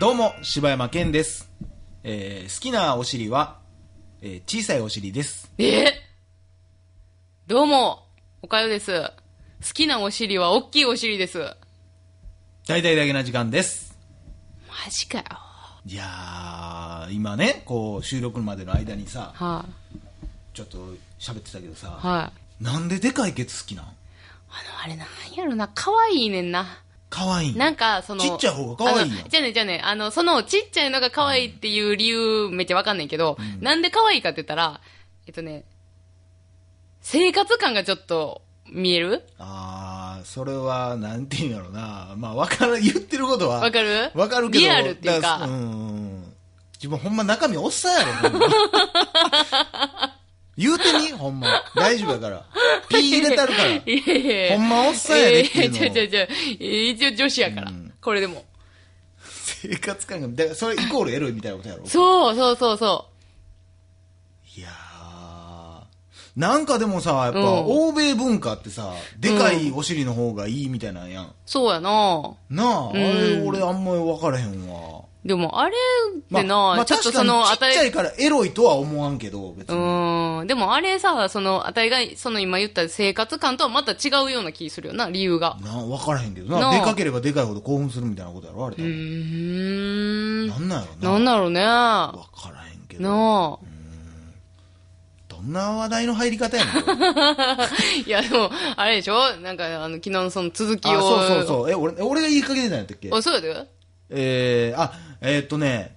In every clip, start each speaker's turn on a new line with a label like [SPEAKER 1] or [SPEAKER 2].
[SPEAKER 1] どうも、柴山健です。えー好きなお尻は、えー小さいお尻です。
[SPEAKER 2] えどうも、おかよです。好きなお尻は大きいお尻です。マ
[SPEAKER 1] 大体だけな時間です。
[SPEAKER 2] ジかよ。
[SPEAKER 1] いやー、今ね、こう、収録までの間にさ、
[SPEAKER 2] は
[SPEAKER 1] ちょっと喋ってたけど
[SPEAKER 2] い、
[SPEAKER 1] さ、
[SPEAKER 2] はい、
[SPEAKER 1] なんででかいケツ好きなん
[SPEAKER 2] あの、あれなんやろな、可愛いねんな。
[SPEAKER 1] 可愛いん
[SPEAKER 2] なんか、その、
[SPEAKER 1] ちっちゃい方が可愛いやん
[SPEAKER 2] あのじゃあね、じゃあね、あの、その、ちっちゃいのが可愛いっていう理由、めっちゃわかんないけど、なんで可愛いかって言ったら、えっとね、生活感がちょっと、見える
[SPEAKER 1] あー、それは、なんていうんやろな。まあ、わから、言ってることは。
[SPEAKER 2] わかる
[SPEAKER 1] わかるけど。
[SPEAKER 2] リアルっていうか
[SPEAKER 1] だらうんうんうん。自分ほんま中身おっさんやろ、 ほんま言うてみほんま。大丈夫や から。ピー入れたるから。
[SPEAKER 2] いやいやいや
[SPEAKER 1] ほんまおっさんやでってい
[SPEAKER 2] え
[SPEAKER 1] うの
[SPEAKER 2] ー、ちゃちゃちゃ、一応女子やから、これでも。
[SPEAKER 1] 生活感が、だからそれイコールエロいみたいなことやろ。
[SPEAKER 2] そうそうそうそ
[SPEAKER 1] いやー。なんかでもさ、やっぱ、
[SPEAKER 2] うん
[SPEAKER 1] 欧米文化ってさ、でかいお尻の方がいいみたいなんやん。
[SPEAKER 2] う。そうやな
[SPEAKER 1] なあ、あれ
[SPEAKER 2] うん
[SPEAKER 1] 俺あんまり分からへんわ。
[SPEAKER 2] でも、あれってな、
[SPEAKER 1] まあ、
[SPEAKER 2] ちょっとその、
[SPEAKER 1] 確かにちっちゃ
[SPEAKER 2] 与え
[SPEAKER 1] いからエロいとは思わんけど、別
[SPEAKER 2] う
[SPEAKER 1] に。
[SPEAKER 2] ーん。でもあれさ、その、あたいが、その今言った生活感とはまた違うような気するよな、理由が。
[SPEAKER 1] な分からへんけどな
[SPEAKER 2] なあ
[SPEAKER 1] でかければでかいほど興奮するみたいなことやろあれ多
[SPEAKER 2] う
[SPEAKER 1] 分、
[SPEAKER 2] ーん。
[SPEAKER 1] なんなんやろな
[SPEAKER 2] なんだろうね。な
[SPEAKER 1] 分からへんけど
[SPEAKER 2] あ。
[SPEAKER 1] どんな話題の入り方やねん
[SPEAKER 2] いや、でも、あれでしょなんか、あの、昨日のその続きを。
[SPEAKER 1] あそうそうそうえ俺え俺が言いかけてたんやったっけ
[SPEAKER 2] あそうやで
[SPEAKER 1] えー、あえーっとね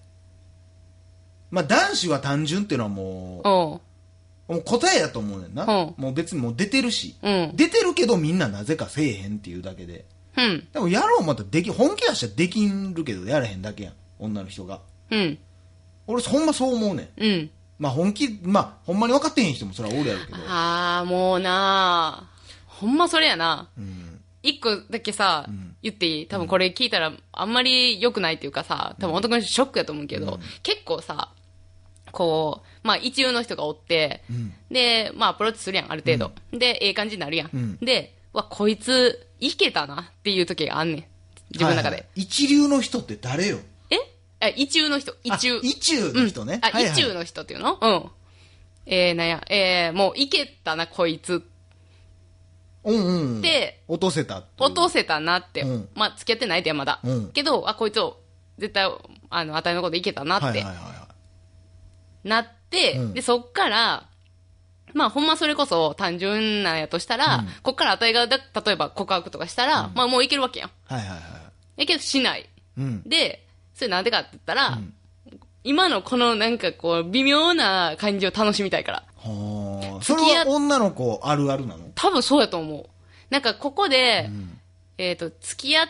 [SPEAKER 1] まあ男子は単純っていうのはもう
[SPEAKER 2] う。
[SPEAKER 1] んもう答えやと思うねんな、
[SPEAKER 2] うん
[SPEAKER 1] もう別にもう出てるし、
[SPEAKER 2] うん
[SPEAKER 1] 出てるけどみんななぜかせえへんっていうだけで
[SPEAKER 2] うん。
[SPEAKER 1] でもやろうまたでき本気出したらできんるけどやらへんだけやん女の人が
[SPEAKER 2] うん。
[SPEAKER 1] 俺ほんまそう思うねん
[SPEAKER 2] うん。
[SPEAKER 1] まあ本気、まあほんまに分かってへん人もそれはおるやろうけど。
[SPEAKER 2] ああ、もうなあ。ほんまそれやな。
[SPEAKER 1] うん。
[SPEAKER 2] 一個だけさ、
[SPEAKER 1] ん
[SPEAKER 2] 言っていい多分これ聞いたらあんまり良くないっていうかさ、多分男の人ショックやと思うけど、結構さ、こう、まあ一流の人がおって、
[SPEAKER 1] うん。
[SPEAKER 2] で、まあアプローチするやん、ある程度。で、ええ感じになるやん。
[SPEAKER 1] うん
[SPEAKER 2] で、わ、こいつ、いけたなっていう時があんねん。自分の中
[SPEAKER 1] はいは
[SPEAKER 2] で
[SPEAKER 1] い。。一流の人って誰よ
[SPEAKER 2] えあ一流の人、一
[SPEAKER 1] あ
[SPEAKER 2] 中。
[SPEAKER 1] 一流の人ね。
[SPEAKER 2] あ、
[SPEAKER 1] はいはい
[SPEAKER 2] 一中の人っていうのうん。えー、なんや、えー、もういけたな、こいつ
[SPEAKER 1] うんうん。
[SPEAKER 2] で、
[SPEAKER 1] 落とせたという。
[SPEAKER 2] 落とせたなって、
[SPEAKER 1] うん
[SPEAKER 2] まあ付き合ってないでまだ、
[SPEAKER 1] うん
[SPEAKER 2] けどあこいつを絶対あのあたいのこといけたなって、
[SPEAKER 1] はいはいはいは
[SPEAKER 2] なって、
[SPEAKER 1] うん
[SPEAKER 2] でそっからまあほんまそれこそ単純なんやとしたら、
[SPEAKER 1] うん
[SPEAKER 2] こっからあたいがだ例えば告白とかしたら、まあもういけるわけやん
[SPEAKER 1] い。はいはいはい。
[SPEAKER 2] やけどしない
[SPEAKER 1] うん。
[SPEAKER 2] でそれなんでかって言ったら、今のこのなんかこう微妙な感じを楽しみたいから
[SPEAKER 1] はあ。そ
[SPEAKER 2] 付
[SPEAKER 1] れ
[SPEAKER 2] き合っ
[SPEAKER 1] は女の子あるあるなの
[SPEAKER 2] 多分そうやと思うなんかここで、えっ、と付き合っ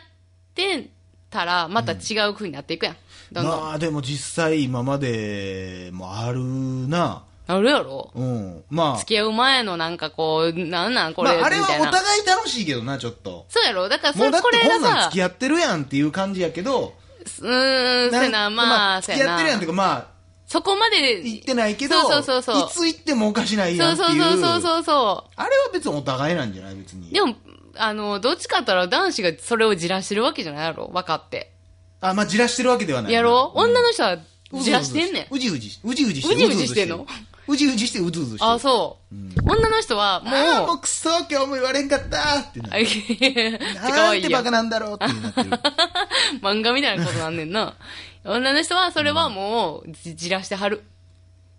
[SPEAKER 2] てたらまた違う風になっていくやん、どんどん
[SPEAKER 1] まあでも実際今までもあるな。
[SPEAKER 2] なるやろ
[SPEAKER 1] うん。まあ。
[SPEAKER 2] 付き合う前のなんかこう、なんなんこ
[SPEAKER 1] ま
[SPEAKER 2] れ、
[SPEAKER 1] ああれ
[SPEAKER 2] み
[SPEAKER 1] は
[SPEAKER 2] たい
[SPEAKER 1] お
[SPEAKER 2] な。
[SPEAKER 1] 互い楽しいけどな、ちょっと。
[SPEAKER 2] そうやろだからそ
[SPEAKER 1] もう
[SPEAKER 2] れ、
[SPEAKER 1] だっ
[SPEAKER 2] こ
[SPEAKER 1] て
[SPEAKER 2] れ
[SPEAKER 1] こ
[SPEAKER 2] が
[SPEAKER 1] んなん
[SPEAKER 2] さ
[SPEAKER 1] 付、き合ってるやんっていう感じやけど。
[SPEAKER 2] うーん、そうやな、まあ、そ
[SPEAKER 1] 付
[SPEAKER 2] う
[SPEAKER 1] き合
[SPEAKER 2] や
[SPEAKER 1] ってるやんっ
[SPEAKER 2] な
[SPEAKER 1] てい。うかまあ、
[SPEAKER 2] そこまで、
[SPEAKER 1] 行ってないけど、
[SPEAKER 2] そうそうそうそう。
[SPEAKER 1] いつ行ってもおかしないやんっていう。
[SPEAKER 2] そうそうそうそうそ
[SPEAKER 1] あれは別にお互いなんじゃない別に
[SPEAKER 2] う。。でも、あの、どっちかって言ったら男子がそれをじらしてるわけじゃないやろ分かって。
[SPEAKER 1] あ、まあ、じらしてるわけではない。
[SPEAKER 2] やろ
[SPEAKER 1] うん
[SPEAKER 2] 女の人は
[SPEAKER 1] うずうず
[SPEAKER 2] じらしてんねん。
[SPEAKER 1] うじうじ、うじうじして
[SPEAKER 2] うじうじしてんの
[SPEAKER 1] うじうじしてうずうずしてる。
[SPEAKER 2] あ、そう。女の人は、
[SPEAKER 1] あーも
[SPEAKER 2] もう、
[SPEAKER 1] うくそ、今日も言われんかったってな
[SPEAKER 2] あい
[SPEAKER 1] る。
[SPEAKER 2] やめっちゃ可
[SPEAKER 1] なん
[SPEAKER 2] 愛い
[SPEAKER 1] て
[SPEAKER 2] や
[SPEAKER 1] バ
[SPEAKER 2] ん
[SPEAKER 1] カ。なんだろうってな ってる。
[SPEAKER 2] 漫画みたいなことなんねんな。女の人は、それはもう、じじらしてはる。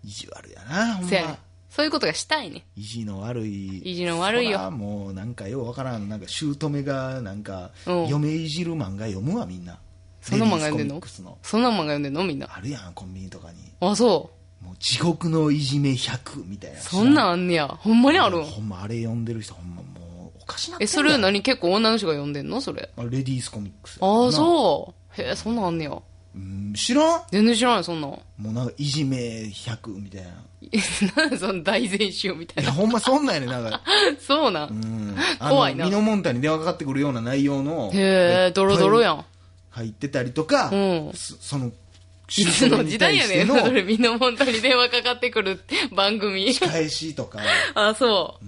[SPEAKER 1] 意地悪やな、ほん
[SPEAKER 2] せやねん
[SPEAKER 1] ま。
[SPEAKER 2] そういうことがしたいねん。
[SPEAKER 1] 意地の悪い。
[SPEAKER 2] 意地の悪いよ
[SPEAKER 1] そらもうなんかようわからん。なんか姑がなんか、
[SPEAKER 2] うん
[SPEAKER 1] 嫁いじる漫画読むわみんな。
[SPEAKER 2] そんな漫画読んでん
[SPEAKER 1] レディースコミッ
[SPEAKER 2] の
[SPEAKER 1] クスの
[SPEAKER 2] そんな漫画読んでんのみんな。
[SPEAKER 1] あるやん、コンビニとかに。
[SPEAKER 2] あ、そう。
[SPEAKER 1] もう地獄のいじめ100みたいな。
[SPEAKER 2] そんなんあんねや。ほんまにあるん
[SPEAKER 1] ほんまあれ読んでる人ほんまもうおかしなってん
[SPEAKER 2] え、
[SPEAKER 1] だ
[SPEAKER 2] それ何結構女の人が読んでんのそれ。
[SPEAKER 1] あレディースコミックス。
[SPEAKER 2] ああ、
[SPEAKER 1] う。
[SPEAKER 2] そう。へえ、そんなんあんねや。
[SPEAKER 1] うん、知らん
[SPEAKER 2] 全然知らない、そん なん。
[SPEAKER 1] もうなんかいじめ100みたいな。
[SPEAKER 2] えなんでその大全集みた
[SPEAKER 1] い
[SPEAKER 2] い
[SPEAKER 1] や
[SPEAKER 2] な。
[SPEAKER 1] ほんまそんなんやねなんか。
[SPEAKER 2] そうな。
[SPEAKER 1] うんん。
[SPEAKER 2] 怖いな
[SPEAKER 1] あの身のもんたに電話かかってくるような内容の。
[SPEAKER 2] へえ、ドロドロや
[SPEAKER 1] ん。
[SPEAKER 2] ん。
[SPEAKER 1] 入ってたりとか、
[SPEAKER 2] うん
[SPEAKER 1] そその、
[SPEAKER 2] いつの時代やねん。
[SPEAKER 1] の
[SPEAKER 2] それ、みんなもんたに電話かかってくる 番組。
[SPEAKER 1] 返しとか、
[SPEAKER 2] あ、そう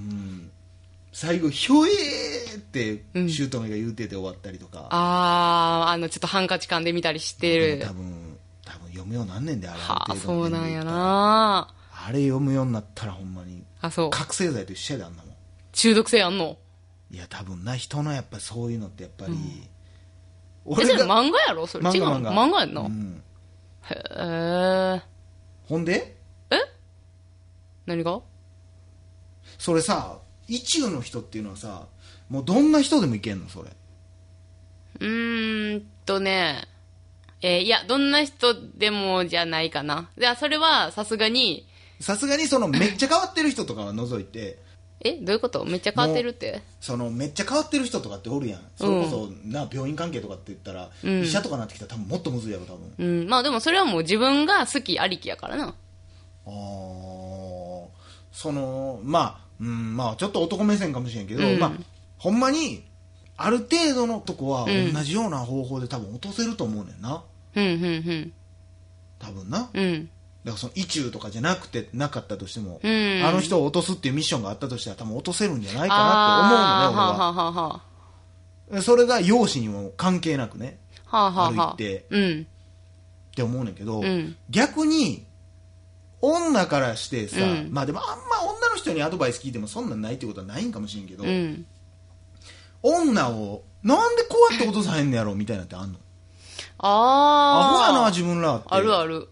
[SPEAKER 1] 最後、ひょえーっって、
[SPEAKER 2] うん
[SPEAKER 1] 姑が言うてて終わったりとか、
[SPEAKER 2] あー、あの、ちょっとハンカチ噛んでみたりしてる。
[SPEAKER 1] 多分、多分読むようになんねんで、あれ。
[SPEAKER 2] は
[SPEAKER 1] あ
[SPEAKER 2] あ、
[SPEAKER 1] る
[SPEAKER 2] そ
[SPEAKER 1] 程
[SPEAKER 2] う
[SPEAKER 1] 度の
[SPEAKER 2] なん
[SPEAKER 1] 年齢い
[SPEAKER 2] や
[SPEAKER 1] ったら。
[SPEAKER 2] な
[SPEAKER 1] あれ読むようになったらほんまに、
[SPEAKER 2] あ、そう。
[SPEAKER 1] 覚醒剤と一緒やで、あんなもん。
[SPEAKER 2] 中毒性あんの
[SPEAKER 1] いや、多分な、人のやっぱそういうのってやっぱり、
[SPEAKER 2] え、それ漫画やろそれ違うの漫画やんな。
[SPEAKER 1] うん
[SPEAKER 2] へえ。
[SPEAKER 1] ほんで
[SPEAKER 2] 何が
[SPEAKER 1] それさ意中の人っていうのはさもうどんな人でもいけんのそれ
[SPEAKER 2] うーんとね、えーいや、どんな人でもじゃないかな。じゃあ、それはさすがに、
[SPEAKER 1] さすがにそのめっちゃ変わってる人とかは除いて
[SPEAKER 2] え、どういうことめっちゃ変わってるって。
[SPEAKER 1] そのめっちゃ変わってる人とかっておるやんそれこそ、な病院関係とかって言ったら、
[SPEAKER 2] うん
[SPEAKER 1] 医者とかなってきたら多分もっとむずいやろ多分
[SPEAKER 2] うん、まあでもそれはもう自分が好きありきやからな。
[SPEAKER 1] あーそのまあうんまあちょっと男目線かもしれんけど、
[SPEAKER 2] うん
[SPEAKER 1] まあほんまにある程度のとこは
[SPEAKER 2] うん
[SPEAKER 1] 同じような方法で多分落とせると思うねんな
[SPEAKER 2] うん、うん、
[SPEAKER 1] 多分な
[SPEAKER 2] うん。うん。
[SPEAKER 1] だからその意中とかじゃなくてなかったとしても、
[SPEAKER 2] うん
[SPEAKER 1] あの人を落とすっていうミッションがあったとしたら多分落とせるんじゃないかな
[SPEAKER 2] あ
[SPEAKER 1] って思
[SPEAKER 2] ー
[SPEAKER 1] うのね
[SPEAKER 2] はあ、はあはあは
[SPEAKER 1] 俺はそれが容姿にも関係なくね
[SPEAKER 2] あ。はあ、はあ、は
[SPEAKER 1] 歩い
[SPEAKER 2] あ。
[SPEAKER 1] て
[SPEAKER 2] うん。
[SPEAKER 1] って思うねんけど、
[SPEAKER 2] うん
[SPEAKER 1] 逆に女からしてさ、
[SPEAKER 2] うん
[SPEAKER 1] まあでもあんま女の人にアドバイス聞いてもそんなんないってことはないんかもしれんけど、
[SPEAKER 2] うん。
[SPEAKER 1] 女をなんでこうやって落とさへんのやろみたいなってあんのアホ
[SPEAKER 2] あー。
[SPEAKER 1] やな自分らって
[SPEAKER 2] あるある。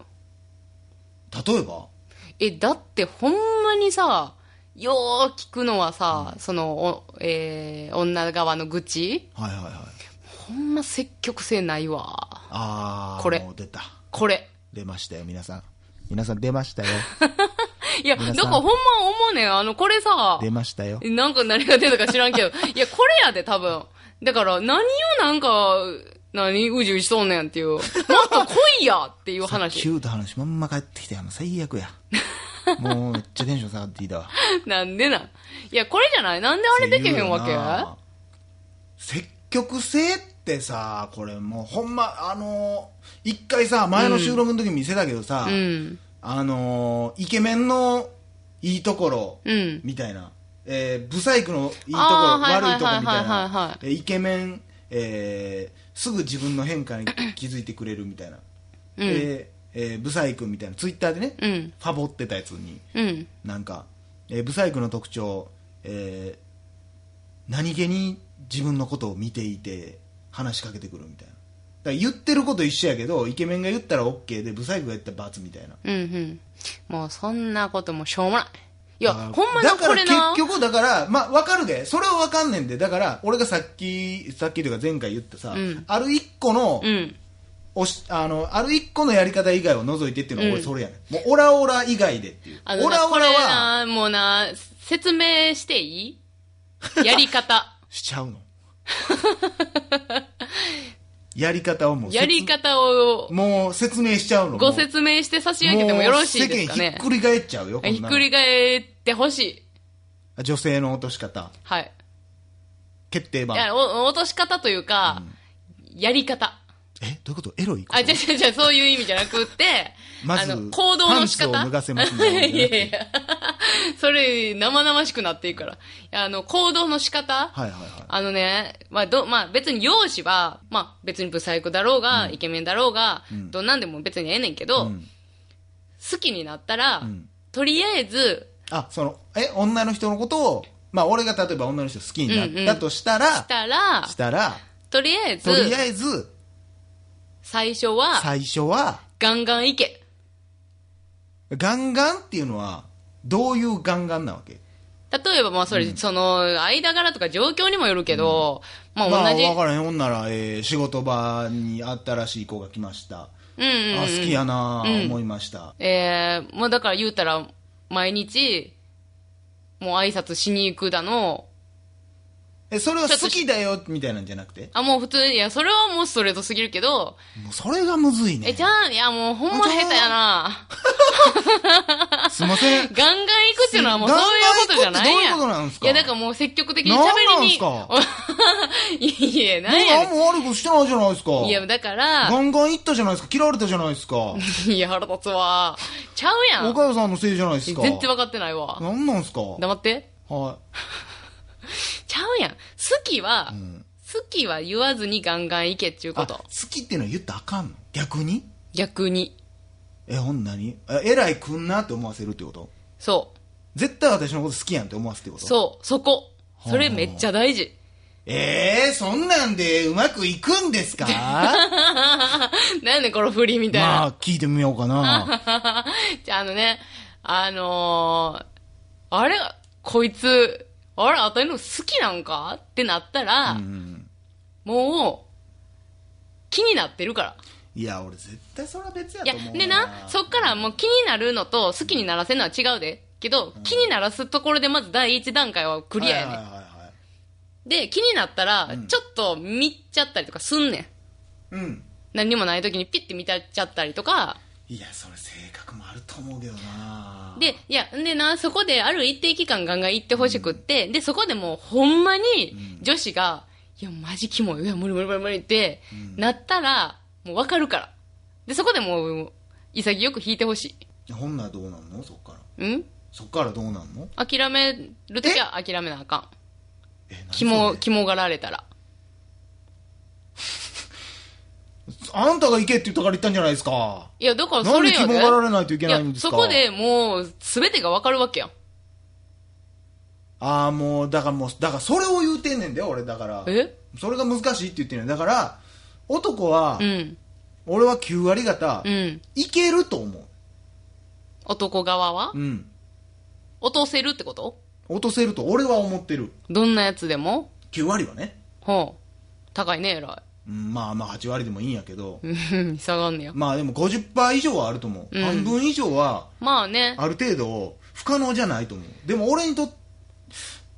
[SPEAKER 1] 例えば
[SPEAKER 2] え、だってほんまにさ、よー聞くのはさ、その、おえー女側の愚痴
[SPEAKER 1] はいはいはい
[SPEAKER 2] ほんま積極性ないわ。
[SPEAKER 1] ああ
[SPEAKER 2] これ
[SPEAKER 1] もう出た
[SPEAKER 2] これ。
[SPEAKER 1] 出ましたよ皆さん皆さん出ました よ
[SPEAKER 2] いや、だ
[SPEAKER 1] 皆
[SPEAKER 2] か
[SPEAKER 1] さん
[SPEAKER 2] らほんま思うねん。あの、これさ、
[SPEAKER 1] 出ましたよ
[SPEAKER 2] なんか何が出たか知ら んけど、いや、これやで、多分。だから、何をなんか、何、うじうじしとんねんっていう。もっと来いやっていう
[SPEAKER 1] キ
[SPEAKER 2] 話。
[SPEAKER 1] ュート話まんま帰ってきてあの最悪 やもうめっちゃテンション下がっていたわ
[SPEAKER 2] なんでなん。いや、これじゃないなんであれできへんわけ
[SPEAKER 1] 積極性ってさこれもうほんまあのー一回さ前の収録の時見せたけどさ、
[SPEAKER 2] うん。
[SPEAKER 1] あのーイケメンのいいところ
[SPEAKER 2] うん。
[SPEAKER 1] みたいな、えーブサイクのいいところ
[SPEAKER 2] あーはい
[SPEAKER 1] 悪いところみたい
[SPEAKER 2] はいはいはいは
[SPEAKER 1] なえーイケメン、えーすぐ自分の変化に気づいてくれるみたいな、
[SPEAKER 2] うん
[SPEAKER 1] でえーブサイクみたいなツイッターでね、
[SPEAKER 2] うん。
[SPEAKER 1] ファボってたやつに
[SPEAKER 2] うん。
[SPEAKER 1] なんか、えーブサイクの特徴、えー何気に自分のことを見ていて話しかけてくるみたいなだから言ってること一緒やけどイケメンが言ったら OK でブサイクが言ったら罰みたいな
[SPEAKER 2] うんうん。もうそんなこともしょうもない。い
[SPEAKER 1] い
[SPEAKER 2] や、ほんまに
[SPEAKER 1] だか
[SPEAKER 2] こ
[SPEAKER 1] ら
[SPEAKER 2] れ
[SPEAKER 1] 結
[SPEAKER 2] な。
[SPEAKER 1] 局だからまあ分かるでそれは分かんねんでだから俺がさっきさっきというか前回言ったさ、
[SPEAKER 2] うん
[SPEAKER 1] ある一個の、
[SPEAKER 2] うん。
[SPEAKER 1] おしあのある一個のやり方以外を除いてっていうのは
[SPEAKER 2] う
[SPEAKER 1] 俺
[SPEAKER 2] ん
[SPEAKER 1] それやねん、もうオラオラ以外でっていう
[SPEAKER 2] あの
[SPEAKER 1] オラオラ
[SPEAKER 2] これ
[SPEAKER 1] は
[SPEAKER 2] なもうな、説明していいやり方。
[SPEAKER 1] しちゃうのやり方を もう
[SPEAKER 2] やり方を
[SPEAKER 1] 説もう説明しちゃうの
[SPEAKER 2] ご説明して差し上げてもよろしいですか
[SPEAKER 1] も
[SPEAKER 2] ね
[SPEAKER 1] う世間ひっくり返っちゃうよこん
[SPEAKER 2] ひ
[SPEAKER 1] な
[SPEAKER 2] っ
[SPEAKER 1] の
[SPEAKER 2] くり返ってほしい。
[SPEAKER 1] 女性の落とし方
[SPEAKER 2] はい。
[SPEAKER 1] 決定
[SPEAKER 2] い
[SPEAKER 1] 版
[SPEAKER 2] やお落とし方というか、やり方。
[SPEAKER 1] えどういうことエロいこと
[SPEAKER 2] あ、じゃじゃじゃそういう意味じゃなくって、
[SPEAKER 1] まず
[SPEAKER 2] あの、行動の仕方。
[SPEAKER 1] パンツを脱がせますみたいな
[SPEAKER 2] いやいや。それ、生々しくなっていくから。いやあの、行動の仕方。
[SPEAKER 1] はいはいは
[SPEAKER 2] あのね、まあ、ど、まあ、別に容姿は、まあ、別にブサイクだろうが、イケメンだろうが、
[SPEAKER 1] ん
[SPEAKER 2] どんなんでも別にええねんけど、
[SPEAKER 1] い、うん、
[SPEAKER 2] 好きになったら、
[SPEAKER 1] ん
[SPEAKER 2] とりあえず、
[SPEAKER 1] あそのえ女の人のことをまあ俺が例えば女の人好きになったとしたら、
[SPEAKER 2] したら
[SPEAKER 1] し、たら
[SPEAKER 2] とりあえず、
[SPEAKER 1] とりあえず
[SPEAKER 2] 最初は、
[SPEAKER 1] 最初は
[SPEAKER 2] ガンガンいけ。
[SPEAKER 1] ガンガンっていうのはどういうガンガンなわけ
[SPEAKER 2] 例えば、まあ、それ、その、間柄とか状況にもよるけど、ま
[SPEAKER 1] ま
[SPEAKER 2] あ、
[SPEAKER 1] あ、
[SPEAKER 2] 同じ、
[SPEAKER 1] 分からへんほんなら、えー仕事場に新しい子が来ました、
[SPEAKER 2] うんうんう
[SPEAKER 1] あ
[SPEAKER 2] ん
[SPEAKER 1] 好きやなあ、思いました
[SPEAKER 2] えー、まあだから言うたら、毎日、もう挨拶しに行くだの、
[SPEAKER 1] えそれは
[SPEAKER 2] ちょっと
[SPEAKER 1] 好きだよみたいなんじゃなくて
[SPEAKER 2] あ、もう普通に、いや、それはもうストレートすぎるけど、
[SPEAKER 1] もうそれがむずいね
[SPEAKER 2] え、じゃあ、いや、もうほんま下手やな。
[SPEAKER 1] すいません
[SPEAKER 2] ガンガン行くっていうのはもうそういうことじゃないや
[SPEAKER 1] ガンガン行くってどういうことなんすか
[SPEAKER 2] いや、だからもう積極的に喋りに。
[SPEAKER 1] なん
[SPEAKER 2] いや、 なんや
[SPEAKER 1] 何
[SPEAKER 2] ね
[SPEAKER 1] も悪いことしてないじゃないですか
[SPEAKER 2] ん。いや、だから
[SPEAKER 1] ガ、ンガン行ったじゃないですか嫌われたじゃないですか
[SPEAKER 2] いや、腹立つわ。ちゃうやん。
[SPEAKER 1] 岡谷さんのせいじゃないですか
[SPEAKER 2] 全然分かってないわ。
[SPEAKER 1] 何なんすか
[SPEAKER 2] 黙って。
[SPEAKER 1] は
[SPEAKER 2] ちちゃうやん。好きは、
[SPEAKER 1] ん
[SPEAKER 2] 好きは言わずにガンガン行けっていうこ
[SPEAKER 1] あ
[SPEAKER 2] と
[SPEAKER 1] 好。きっていうのは言ったらあかんの逆に
[SPEAKER 2] 逆に。
[SPEAKER 1] えほんなにええらいくんなって思わせるってこと
[SPEAKER 2] そう。
[SPEAKER 1] 絶対私のこと好きやんって思わせるってこと
[SPEAKER 2] そう、そこ。それめっちゃ大事。
[SPEAKER 1] ええー、そんなんでうまくいくんですか
[SPEAKER 2] なんやねんこの振りみたいな。
[SPEAKER 1] まあ聞いてみようかな
[SPEAKER 2] じゃあ、あのね、あのーあれ、こいつ、あれ、あたりの好きなんかってなったら、
[SPEAKER 1] うん
[SPEAKER 2] もう、気になってるから。
[SPEAKER 1] いや俺絶対それは別や
[SPEAKER 2] いや
[SPEAKER 1] と思う、い
[SPEAKER 2] でな、そっからもう気になるのと好きにならせるのは違うで。けど、気にならすところでまず第一段階はクリアやね、
[SPEAKER 1] はいはいはいはい
[SPEAKER 2] で、気になったら、
[SPEAKER 1] ん
[SPEAKER 2] ちょっと見ちゃったりとかすんねん。
[SPEAKER 1] うん
[SPEAKER 2] 何にもない時にピッて見たっちゃったりとか、
[SPEAKER 1] いやそれ性格もあると思うけどな
[SPEAKER 2] で、いや、んでな、そこである一定期間ガンガン行ってほしくって、で、そこでもうほんまに女子が、いや、マジキモい、いや、無理無理無理無理って、なったら、もうわかるから。で、そこでもう、潔く引いてほし
[SPEAKER 1] ほんならどうなんのそっから
[SPEAKER 2] い。ん
[SPEAKER 1] そっからどうなんの
[SPEAKER 2] 諦めるときは諦めなあかん。
[SPEAKER 1] え何
[SPEAKER 2] 肝、
[SPEAKER 1] それ
[SPEAKER 2] 肝がられたら。
[SPEAKER 1] あんたが行けって言ったから行ったんじゃないですか
[SPEAKER 2] いや、だから
[SPEAKER 1] な
[SPEAKER 2] そ
[SPEAKER 1] ん
[SPEAKER 2] れ
[SPEAKER 1] で
[SPEAKER 2] や
[SPEAKER 1] 肝
[SPEAKER 2] で。
[SPEAKER 1] がられないといけないんですか
[SPEAKER 2] や、そこでもう、すべてがわかるわけやん。
[SPEAKER 1] ああもうだからもうだからそれを言うてんねんだよ俺だから
[SPEAKER 2] え
[SPEAKER 1] それが難しいって言ってんねんだから男は、
[SPEAKER 2] うん。
[SPEAKER 1] 俺は9割方、
[SPEAKER 2] うん。
[SPEAKER 1] いけると思
[SPEAKER 2] 男側は
[SPEAKER 1] ううん
[SPEAKER 2] 落とせるってこと
[SPEAKER 1] 落とせると俺は思ってる
[SPEAKER 2] どんなやつでも
[SPEAKER 1] 9割はね、
[SPEAKER 2] ほう。高いね、えら
[SPEAKER 1] うん、まあまあ8割でもいいんやけど、
[SPEAKER 2] い。うん、下がんねや。
[SPEAKER 1] まあでも50%以上はあると思う、
[SPEAKER 2] うん
[SPEAKER 1] 半分以上は
[SPEAKER 2] まあね。
[SPEAKER 1] ある程度不可能じゃないと思うでも俺にとっ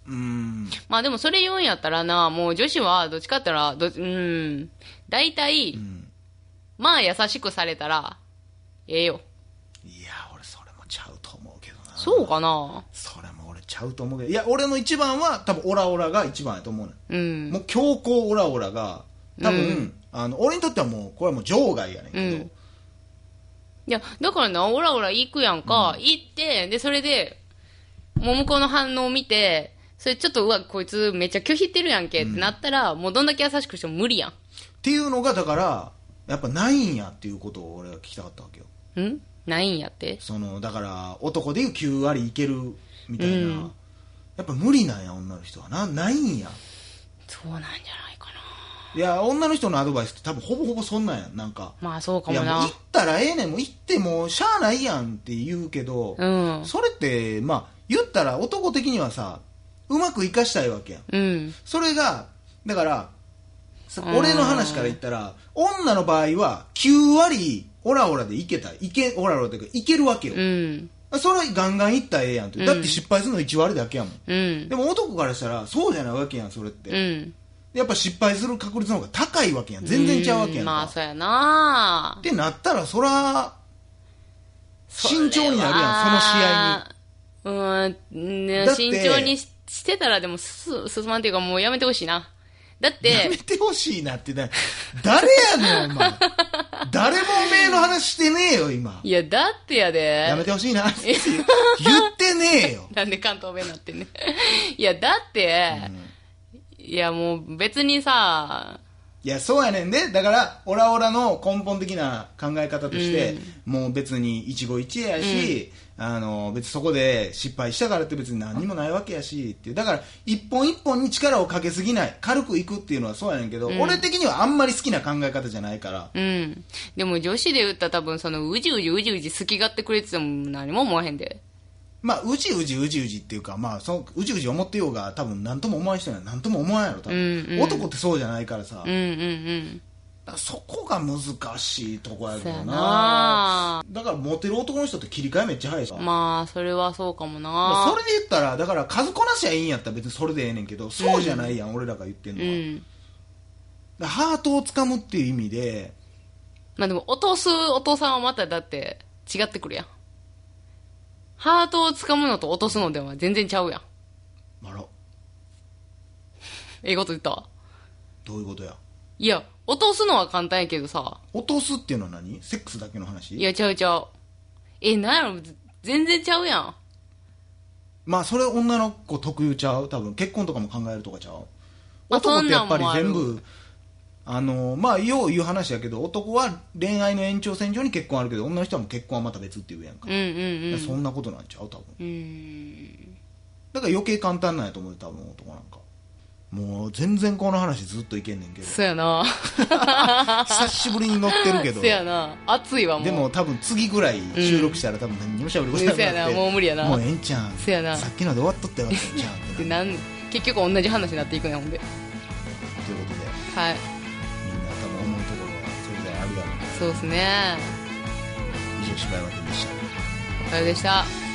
[SPEAKER 1] うん
[SPEAKER 2] まあでもそれ言うんやったらな、もう女子はどっちかって言ったら、ど、うん。大体、
[SPEAKER 1] ん
[SPEAKER 2] まあ優しくされたら、ええよ。
[SPEAKER 1] いや俺それもちゃうと思うけどな
[SPEAKER 2] そうかな
[SPEAKER 1] それも俺ちゃうと思うけどいや俺の一番は多分オラオラが一番やと思うねん
[SPEAKER 2] うん。
[SPEAKER 1] もう強行オラオラが多分、
[SPEAKER 2] う
[SPEAKER 1] あの俺にとってはもうこれはもう場外やねんけど、
[SPEAKER 2] うんいや、だからな、オラオラ行くやんか、行って、で、それで、もう向こうの反応を見て、それちょっと、うわ、こいつめっちゃ拒否ってるやんけってなったら、もうどんだけ優しくしても無理や
[SPEAKER 1] っていうのがだからやっぱないんやっていうことを俺は聞きたかったわけよ
[SPEAKER 2] ん。んないんやって
[SPEAKER 1] そのだから男でいう9割いけるみたいな、
[SPEAKER 2] うん
[SPEAKER 1] やっぱ無理なんや女の人はなないんや
[SPEAKER 2] そうなんじゃないか
[SPEAKER 1] いや女の人のアドバイスって多分ほぼほぼそんなんやんなんか
[SPEAKER 2] な。まあそうか
[SPEAKER 1] い
[SPEAKER 2] も
[SPEAKER 1] やもう
[SPEAKER 2] な
[SPEAKER 1] 行っ。たらええねんもう行ってもうしゃあないやんって言うけど、
[SPEAKER 2] うん。
[SPEAKER 1] それってまあ言ったら男的にはさうまく生かしたいわけやん
[SPEAKER 2] うん。
[SPEAKER 1] それがだからさ
[SPEAKER 2] うん
[SPEAKER 1] 俺の話から言ったら女の場合は9割オラオラでいけたいけオラオラというかいけるわけよ、
[SPEAKER 2] うん。
[SPEAKER 1] それガンガンいったらええやんって、
[SPEAKER 2] うん
[SPEAKER 1] だって失敗するの1割だけやもん
[SPEAKER 2] うん。
[SPEAKER 1] でも男からしたらそうじゃないわけやんそれって、
[SPEAKER 2] うん。
[SPEAKER 1] やっぱ失敗する確率の方が高いわけやん全然ちゃうわけやんか、
[SPEAKER 2] まあそうやな
[SPEAKER 1] っ。てなったらそら慎重になるやんその試合に
[SPEAKER 2] それはうん、ね
[SPEAKER 1] だって
[SPEAKER 2] 慎重にししてたらでもす進まんっていうかもうやめてほしいな。だって、
[SPEAKER 1] やめてほしいなってな誰やねんお 前誰もおめえの話してねえよ今
[SPEAKER 2] いや、だってやで。
[SPEAKER 1] やめてほしい なって言ってねえよ
[SPEAKER 2] なんで関東弁になってんねん。 いや、だって、いや、もう別にさ、
[SPEAKER 1] いやそうやねんでだからオラオラの根本的な考え方として、もう別に一期一会やし、あの別にそこで失敗したからって別に何にもないわけやしっていうだから一本一本に力をかけすぎない軽くいくっていうのはそうやねんけど、俺的にはあんまり好きな考え方じゃないから
[SPEAKER 2] うん。でも女子で言ったら多分その、うじうじうじうじ好きがってくれてても何も思わへんで。
[SPEAKER 1] まあうじうじうじうじっていうかまあそのうじうじ思ってようが多分何とも思わん人には何とも思わんやろ多分、
[SPEAKER 2] うんうん
[SPEAKER 1] 男ってそうじゃないからさ、
[SPEAKER 2] うんうん
[SPEAKER 1] だからそこが難しいとこや
[SPEAKER 2] うん。
[SPEAKER 1] け
[SPEAKER 2] そ
[SPEAKER 1] ど
[SPEAKER 2] や
[SPEAKER 1] な
[SPEAKER 2] な
[SPEAKER 1] だからモテる男の人って切り替えめっちゃ早いし、
[SPEAKER 2] まあ、それはそうかもな
[SPEAKER 1] それで言ったらだから数こなしゃいいんやったら別にそれでええねんけどそうじゃないやん、俺らが言ってんの
[SPEAKER 2] う
[SPEAKER 1] は、
[SPEAKER 2] ん。
[SPEAKER 1] だからハートをつかむっていう意味で
[SPEAKER 2] まあでも、落とすお父さんはまただって違ってくるやん。ハートを掴むのと落とすのでは全然ちゃうやん。
[SPEAKER 1] あら
[SPEAKER 2] ええこと言ったわ。
[SPEAKER 1] どういうことや
[SPEAKER 2] いや、落とすのは簡単やけどさ。
[SPEAKER 1] 落とすっていうのは何セックスだけの話
[SPEAKER 2] いや、ちゃうちゃう。え、なんやろ、全然ちゃうやん。
[SPEAKER 1] まあそれ女の子特有ちゃう多分結婚とかも考えるとかちゃう
[SPEAKER 2] まあ
[SPEAKER 1] 男ってやっぱり
[SPEAKER 2] そんな
[SPEAKER 1] 全
[SPEAKER 2] んもあ
[SPEAKER 1] 部あのまあよう言う話やけど男は恋愛の延長線上に結婚あるけど女の人はもう結婚はまた別っていうやんか
[SPEAKER 2] うん、うんうん
[SPEAKER 1] そんなことなんちゃう多分
[SPEAKER 2] うん
[SPEAKER 1] だから余計簡単なんやと思うよ多分男なんかもう全然この話ずっといけんねんけど
[SPEAKER 2] そうやな
[SPEAKER 1] 久しぶりに乗ってるけど
[SPEAKER 2] そうやな熱いわもう
[SPEAKER 1] でも多分次ぐらい収録したら多分何にも喋ることなくなっ
[SPEAKER 2] うんそうや
[SPEAKER 1] て
[SPEAKER 2] なもう無理やな
[SPEAKER 1] もうええんちゃん
[SPEAKER 2] そうやな
[SPEAKER 1] さっきので終わっとったよええんちゃんって
[SPEAKER 2] で
[SPEAKER 1] なっ
[SPEAKER 2] なん結局同じ話になっていくねほんで
[SPEAKER 1] てということで
[SPEAKER 2] はい
[SPEAKER 1] みんな多分思うところはそれぞれあるだろう
[SPEAKER 2] そうですね
[SPEAKER 1] 以上柴山君でした
[SPEAKER 2] お疲れでした